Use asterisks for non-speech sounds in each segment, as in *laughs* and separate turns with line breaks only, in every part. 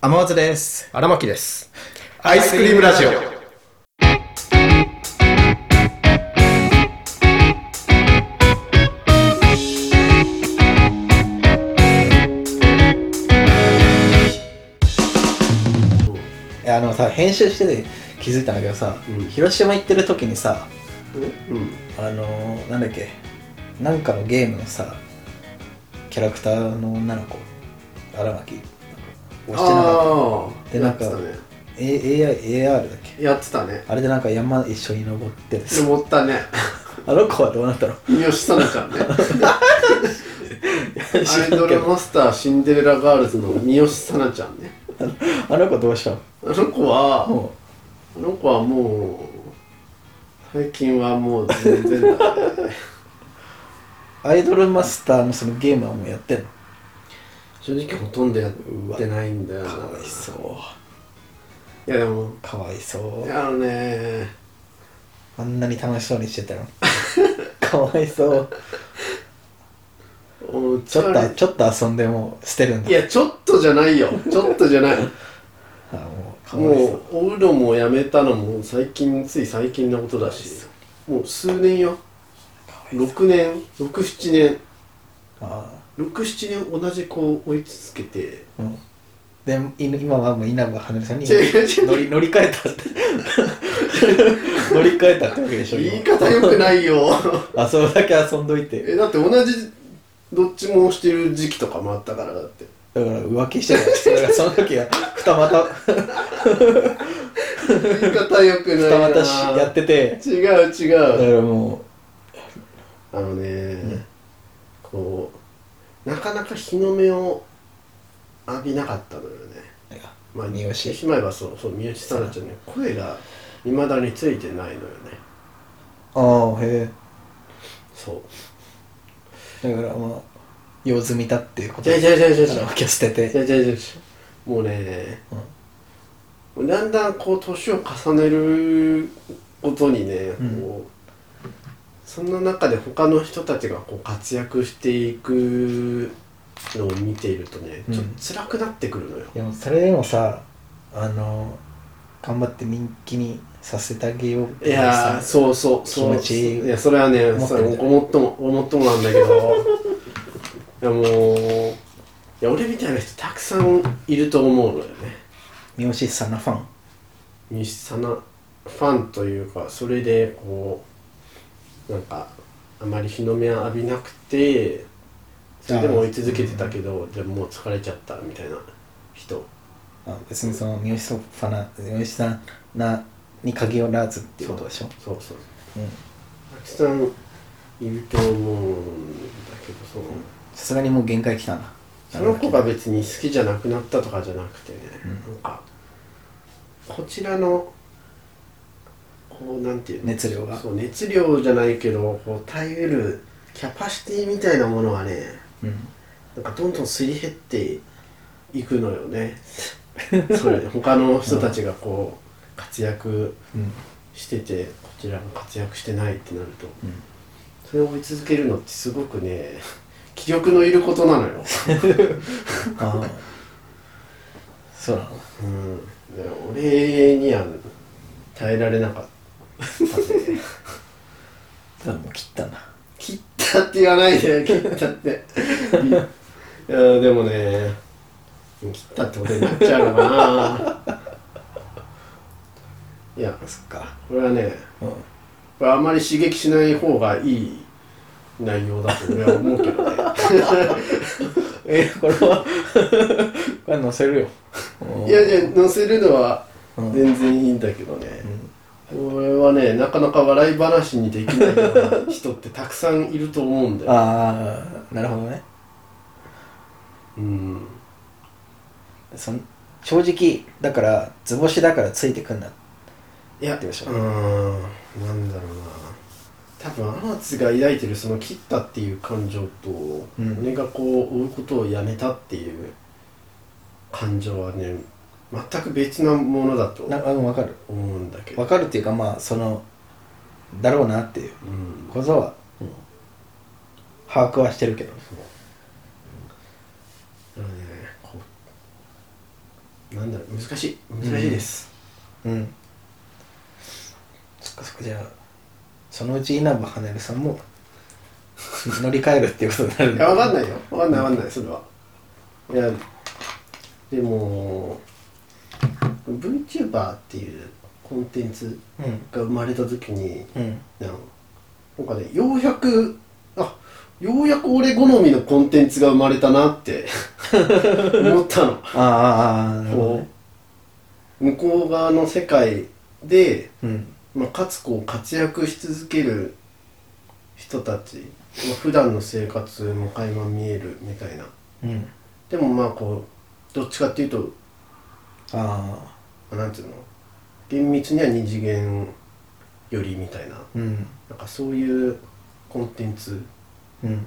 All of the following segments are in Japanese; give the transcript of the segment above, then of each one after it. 天松です。
荒牧です。
アイスクリームラジオ。あのさ、編集してて気づいたんだけどさ、
うん
広島行ってる時にさ、
うん。
あのー、なんだっけ、なんかのゲームのさ、キャラクターの女の子、荒牧、押してなかっ
ああ。
でなんか
やってたね。
た。A- AI、AR だっけ
やってたね。
あれでなんか山一緒に登っててさ
登ったね。
あの子はどうなったの
吉田ちゃんね。
知
ア
ら
イ
んけ
ドル
ど
マスターシンデレラガールズの三好さなちゃんね。
あの子どうしたの
あの子は、
も
あの子はもう、最近はもう全然だね。
うアイドルマスターのそのゲームはもうやってんの
正直ほとんどやってないんだよな。
かわい
い
そう
やでも、
かわいそ
あ
う
のね、
あんなに楽しそうにしてたの *laughs* かわいそう
お
ちょっとちょっと遊んでもう捨てるんだ
いや、ちょっとじゃないよ。ちょっとじゃない。
あもうかわいそ
も
う
う追うのもやめたのも最近つい最近のことだしもう数年よ
かわいそう
6年67年
あ
67年同じ子を追い続けて
あうんで今今はもう稲葉はねるさんに
違う違う違う
乗り乗り換えたって *laughs* 乗り換えたってわけでしょ今
言い方よくないよ *laughs*
あそれだけ遊んどいて
えだって同じどっちもしてる時期とかもあったからだって
だから浮気してただ
*laughs*
からその時は二股
言い方よくない
二
な
股しやってて
違う
だ
違
か
う
らも
あのね、
ん
こうなかなか日の目を浴びなかったのよね
う
まあ、
三好
しまえばそうそう三好さなちゃんね声がいまだについてないのよね
ああへ
そ
えだからまあ用済みだっていうこ
う
と
じゃあじゃあじゃあじゃあじゃ
浮気を捨てて
あじゃあじゃあじゃあもうね、だんだんこう年を重ねることにねこう、
うん
そんな中で他の人たちがこう活躍していくのを見ているとねちょっ
うん
と辛くなってくるのよ、
でもそれでもさあの頑張って人気にさせてあげようって
いやー
さ
そうそうそう
気持ちいい
やそれはね
思って
そ
ん
れ
だよ
ごもっともごもっともなんだけど *laughs* いやもういや俺みたいな人たくさんいると思うのよね
三好さんのファン
西さなファンというかそれでこうなんかあまり日の目を浴びなくてそれでも追い続けてたけどでももう疲れちゃったみたいな人
あ別にその三好さんファナ三好さんなに限らずっていうことでしょ
そうそう
うん
たくさんいると思うんだけどその、
さすがにもう限界来たな
その子が別に好きじゃなくなったとかじゃなくてね、なんかこちらのこうなんていうの
熱量が
そう熱量じゃないけどこう耐えるキャパシティみたいなものはね
うん
なんかどんどんすり減っていくのよ
*laughs*
ねそれ他の人たちがこう活躍
うん
しててこちらが活躍してないってなると
うん
それを追い続けるのってすごくね気力のいることなのよ
ああそうなの
うん、で俺には耐えられなかったね
多分もう切ったな
切ったって言わないで切ったっていやでもね切ったってことになっちゃうのかないや
そっか
これはね
うん
これあまり刺激しない方がいい内容だと俺は思うけどね
えこれは *laughs* これ載せるよ
いやいや載せるのは
うん
全然いいんだけどね、これはねなかなか笑い話にできないような人ってたくさんいると思うんだよ、
ああなるほどね
うん、
そん正直だから図星だからついてくんない
や
どうでしょ
う
うん
なんだろうな多分天津が抱いてるその切ったっていう感情と、
うん
俺がこう追うことをやめたっていう感情はね全く別なものだと
なあ分かる
思うんだけど
分かるっていうかまあそのだろうなっていう
うん
ことは、うん把握はしてるけど
そうだからねこうなんだろう難しい難しいです、
うんそっかそっかじゃあそのうち稲葉はねるさんも乗り換えるっていうことになる
いや分かんないいよ分かんない分かんないそれはいやでも VTuber っていうコンテンツが生まれた時に
うんうん
なんなんかねようやくあようやく俺好みのコンテンツが生まれたなって思ったの
ああ *laughs* ああなるほど、
こ
ね、
う向こう側の世界で、
うん
まあ、かつこう活躍し続ける人たち、まあ、普段の生活も垣間見えるみたいな
うん
でもまあこうどっちかっていうと
あ
あなんていうの厳密には二次元よりみたいな
あうん
なんかそういうコンテンツ
うん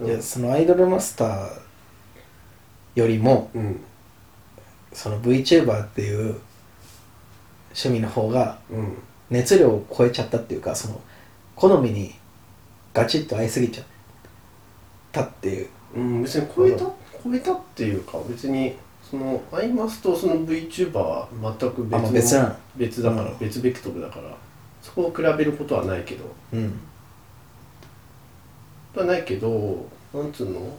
の
いやそのアイドルマスターよりも
うん
その VTuber っていう趣味の方が
うん
熱量を超えちゃったっていうかその好みにガチッと合いすぎちゃったっていう
うん別に超えた超えたっていうか別にそのアイマスとその VTuber は全く別
あ
の
まあ別なの
別だから
うん
別ベクトルだからそこを比べることはないけど
うん
はないけどなんつうの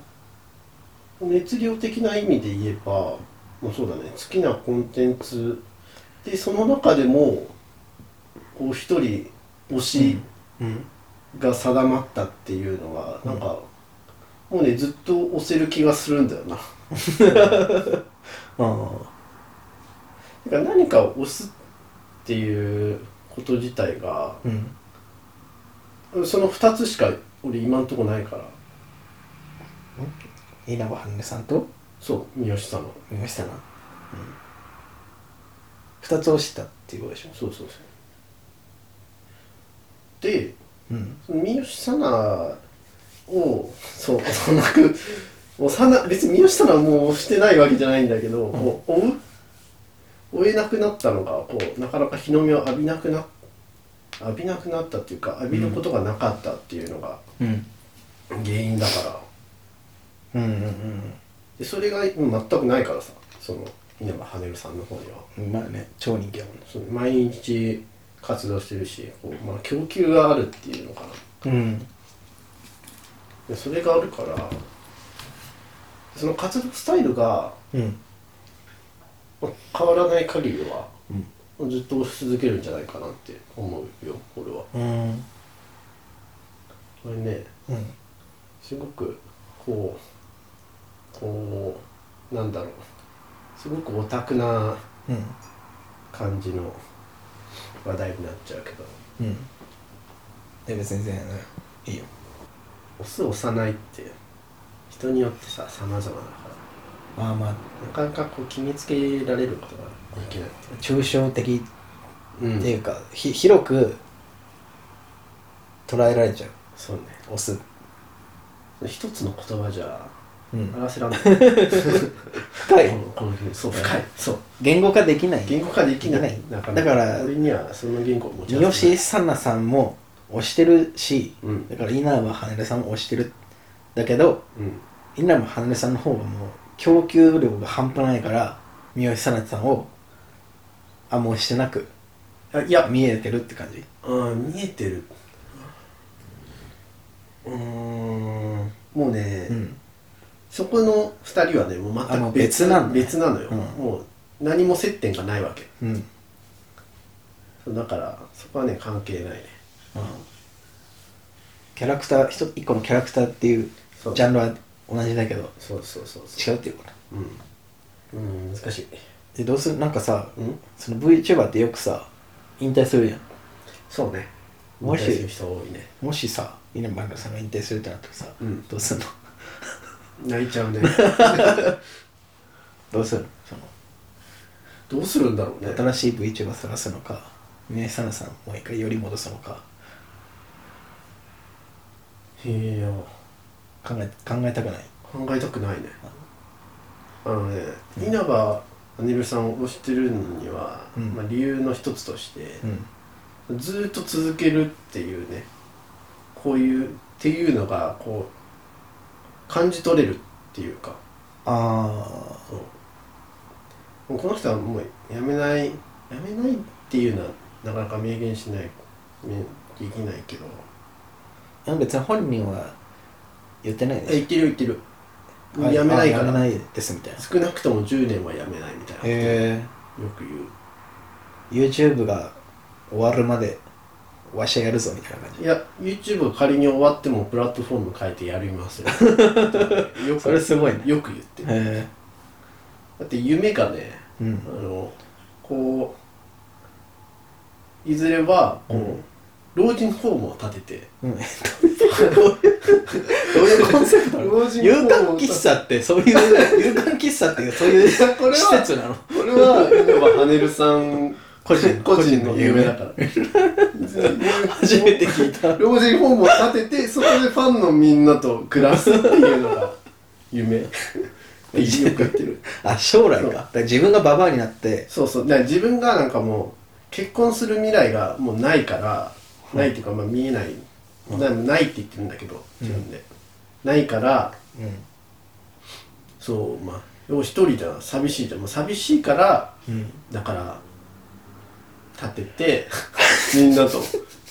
熱量的な意味で言えばもうそうだね好きなコンテンツでその中でもこう一人推し
うん
が定まったっていうのは、なんかもうねずっと推せる気がするんだよな。 *laughs*
ああ
だから何かを推すっていうこと自体が
うん
その2つしか俺今んとこないから
稲葉はねさんと
そう三好さんの
見ましたな、うん、2つ押したっていうことでしょ
そうそうそうで
うん
その三好さなをそうそんなくもうさな別に三好さなはもう推してないわけじゃないんだけど、こう追う追えなくなったのがこうなかなか日の目を浴びなくな浴びなくなったっていうか浴びることがなかったっていうのが
うん
原因だか
う
ら。
んうん
でそれがもう全くないからさその稲葉羽生さんの方には
うんまあね超人気やもんね
その毎日活動してるしこう、まあ、供給があるっていうのかな
うん
でそれがあるからその活動スタイルが
うん
まあ変わらない限りは
うん
ずっと押し続けるんじゃないかなって思うよ俺は
うん
これね
うん
すごくこうこうなんだろうすごくオタクな
うん
感じの話題になっちゃうけど
うんいや別に全然いいよ
押す押さないって人によってさ様々だか
まあまあ
らなかなかこう決めつけられることができない
抽象的
う
っ
ん
ていうか、ひ広く捉えられちゃう
そうね
押す
一つの言葉じゃ
うん
表せらんない
深い
このこの辺そう深いそう
言語化できない
言語化できない
できない
なか
だから
俺にはその言語を持ち
三
合わせな
好
い
さなさんも押してるし
うん
だから稲葉はねるさんも押してるだけど
うん
稲葉はねるさんの方がもう供給量が半端ないから三好さなさんをあんま押してなく
あいや
見えてるって感じ
あー見えてるうーんもうね、
うん
そこの2人はねもう
あ
全
もう
く
別なんだ
別なのよ、
うん
もう何も接点がないわけ
うん
だからそこはね関係ないね
キャラクター一つ一個のキャラクターっていう
そう
ジャンルは同じだけど
そうそうそうそ
違うっていうこと
ううん、うん、難しい
でどうするなんかさ
うん
その VTuber ってよくさ引退するじゃん
そうね
もし
引退する人多いね
もしさ稲葉さんが引退するってなったらさ、
うん
どうするの *laughs*
泣いちゃうね
どうするのその
どうするんだろうね
新しい VTuber 探すのか宮下さんもう一回より戻すのか
いや
考え考えたくない
考えたくないねあのね稲葉羽生さんを推してるのには、
うん
まあ、理由の一つとして、
うん
ずーっと続けるっていうねこういうっていうのがこう感じ取れるっていうか
あ
そうもうこの人はもう辞めない辞めないっていうのはなかなか明言しない明できないけど
でも別に本人は言ってない
あ言
で
ってる言ってる
す
辞めないか
あ辞めな
ら
いですみたいな
少なくとも10年は辞めないみたいなこと
へ
よく言う
え YouTube が終わるまでわしゃやるぞみたいな感
いや YouTube 仮に終わってもプラットフォーム変えてやりま
*laughs*
すよよ
じ
く
それすごいね
よく言ってる
へ
だって夢がね
えう
あ
ん
のこういずれはこう、
うん
老人ホームを建てて
うんどういうコンセプトなの
老人
有
ホーム
観
を建て
喫茶ってそういう有観喫茶っていうそういう施
これは
設なの
これは今は羽根るさん
*laughs* 個人
個人の夢だから
初めて聞いた
老人ホームを建ててそこでファンのみんなと暮らすっていうのが
*laughs*
夢よく言ってる
あ将来か
そう
だから自分がババアになって
そうそうだから自分がなんかもう結婚する未来がもうないから、ないっていうかまあ見えない、なないって言ってるんだけど自分で、ないから
う
そうまあ要は一人じゃ寂しいじゃんもう寂しいから
んうん
だから立てて *laughs* みんなと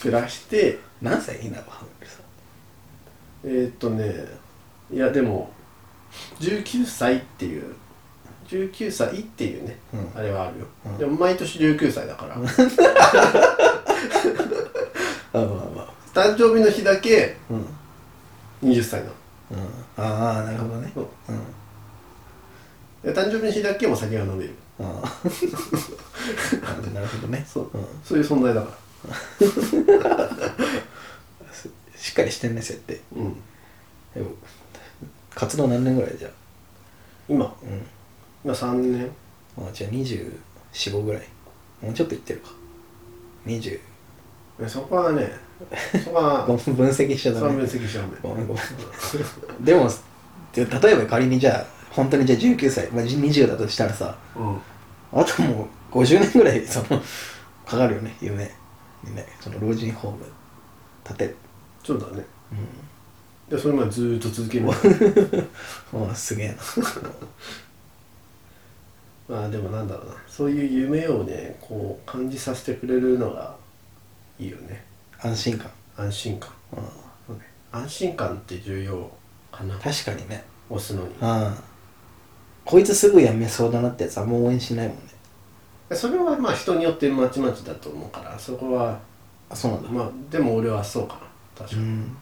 暮らして
何歳稲葉ハムルさん
えー、っとねいやでも19歳っていう19歳っていうね、
うん
あれはあるよ、
うん
でも毎年19歳だから *laughs*
あまあまあ
誕生日の日だけ
うんうん
20歳なの
ああなるほどね
そう
うん
で誕生日の日だけも酒が飲める
ああ *laughs* なるほどね
そう
うん
そういう存在だから
しっかりしてんね設定
うん
でも活動何年ぐらいじゃ
今
うん
今3年
あじゃあ245ぐらいもうちょっといってるか20
えそこは *laughs* ねそこは
分析しちゃダ
そこは分
メ
析しちゃうね
ごめんごめん *laughs* でもで例えば仮にじゃあ本当にじゃあ19歳、まあ、20だとしたらさ
うん
あともう50年ぐらいそのかかるよね夢にねその老人ホーム建て *laughs*
そうだね
う
でそれまでずーっと続け *laughs* る
んああすげえな
まあでもなんだろうなそういう夢をねこう感じさせてくれるのがいいよね
安心感、
安心感
うん、
そうね安心感って重要かな
確かにね
押すのに
うんこいつすぐ辞めそうだなってやつあんま応援しないもんね
それはまあ人によってまちまちだと思うからそこは
あそうなんだ
まあでも俺はそうかな確か
う
に、
ん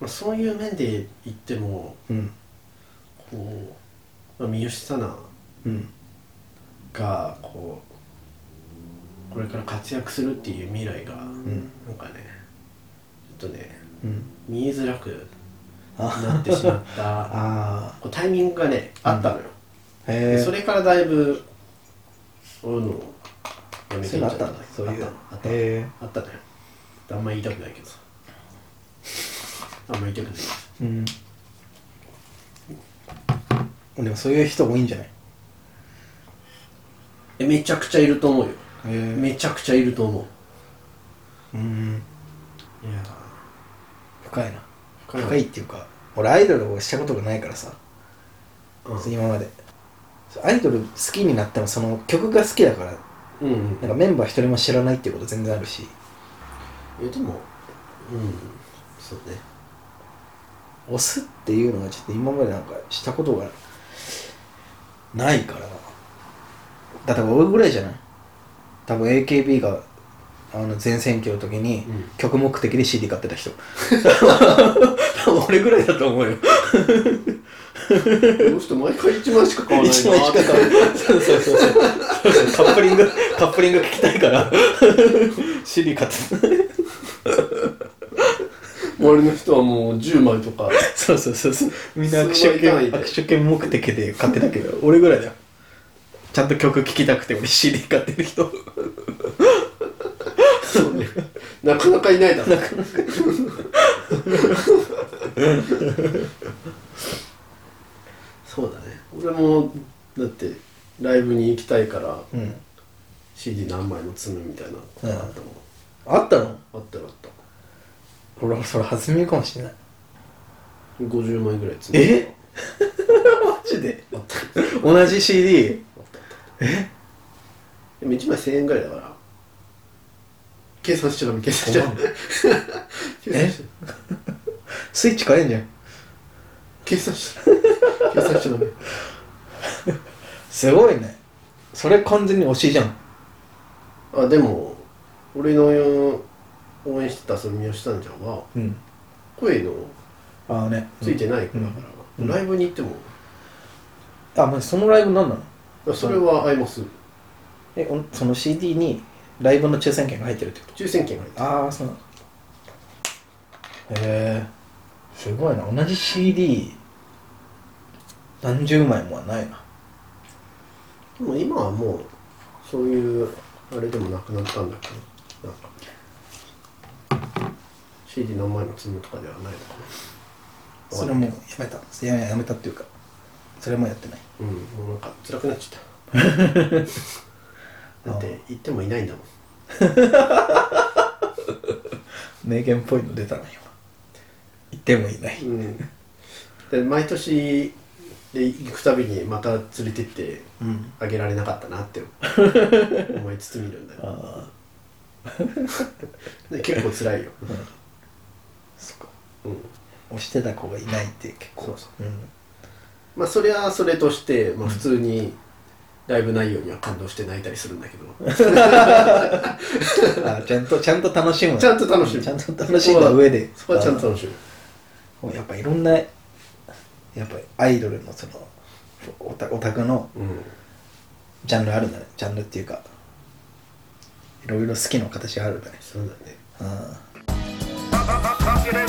まあ、そういう面で言っても
うん
こう、まあ、三好さな
うん
がこうこれから活躍するっていう未来が、
ん
なんかねちょっとね
うん
見えづらく
あ
なってしまっ *laughs* た
あ
こうタイミングがねあったのよ、
ーへえ
それからだいぶ追うのをやめ
そ
て
うい
いうっ
の
ち
あった
ゃったん
ん
だ
だ
け
そう
ど
い
あっ
う
たあった
へ
あったのよあんま言いたくないけどさあんま言いたくない
えうんでもそういう人多いんじゃないへ
えめちゃくちゃいると思うよ
え
めちゃくちゃいると思
うん
ういや
深いな
深い
深いっていうか俺アイドルをしたことがないからさ
ー
今までアイドル好きになってもその曲が好きだから
うん、うんうん
なんかメンバー一人も知らないっていうこと全然あるし
えでもうんそう *laughs* ね
押すっていうのはちょっと今までなんかしたことがないからだって俺ぐらいじゃない多分 AKB があの全盛期の時に
うん
曲目的で CD 買ってた人多分俺ぐらいだと思うよ
この人毎回1万しか買わない
*laughs*
な
一枚しか買わないそうそうそうそうカップリングカップリング聞きたいから *laughs* CD 買ってた
周りの人はもう10枚とか
そうそうそうそうみんな握
数
手券
枚単位で
握手券目的で買ってたけど *laughs* 俺ぐらいだよちゃんと曲聴きたくて俺 CD 買ってる人
そうねなかなかいないだろう *laughs* そうだね俺もだってライブに行きたいから
うん
CD 何枚も積むみたいなことがあったもん、
あったの
あったよあった
俺はそれ初耳かもしれない
50枚ぐらい積む
えマジで *laughs*
あった
同じ CD え
でも1枚1000円ぐらいだから計算しちゃダメ計算しちゃダ *laughs* メ計算しちゃ
スイッチ買えんじゃん
計算しちゃ計算しちゃダメ
すごいねそれ完全に推しじゃん
あでも俺の応援してたその三好さんちゃんは
うん
声の
ああね
ついてない子だから、
うん
ライブに行っても
あまあそのライブ何なの
それは合います
えおその CD にライブの抽選券が入ってるってこ
抽選券が入って
とああそうなのへえすごいな同じ CD 何十枚もはないな
るでも今はもうそういうあれでもなくなったんだけどなんか CD 何枚も積むとかではないのかな
それもうやめたいややめたっていうかそれもやってない
うんもうなんか辛くなっちゃ
*laughs*
っただっ
あ
て行ってもいないんだもん
名言っぽいの出たな今言ってもいない
うんで毎年で行くたびにまた連れてって
うん
あげられなかったなって
*laughs*
思いつつ見るんだよ
ああ
で結構辛いよ、
そっか
うん、
押してた子がいないって結構
そうそう
うん
まあそれはそれとして、まあ、普通にライブ内容には感動して泣いたりするんだけど
あちゃんとちゃんと楽しむ
ちゃんと楽しむ
ちゃんと楽しんだ上で
そこはちゃんと楽しむ
もうやっぱいろんなやっぱりアイドルのそのオタオタクの
うん
ジャンルあるんだねジャンルっていうかいろいろ好きの形があるんだね
そうだね
うん
ポップポップポピュラ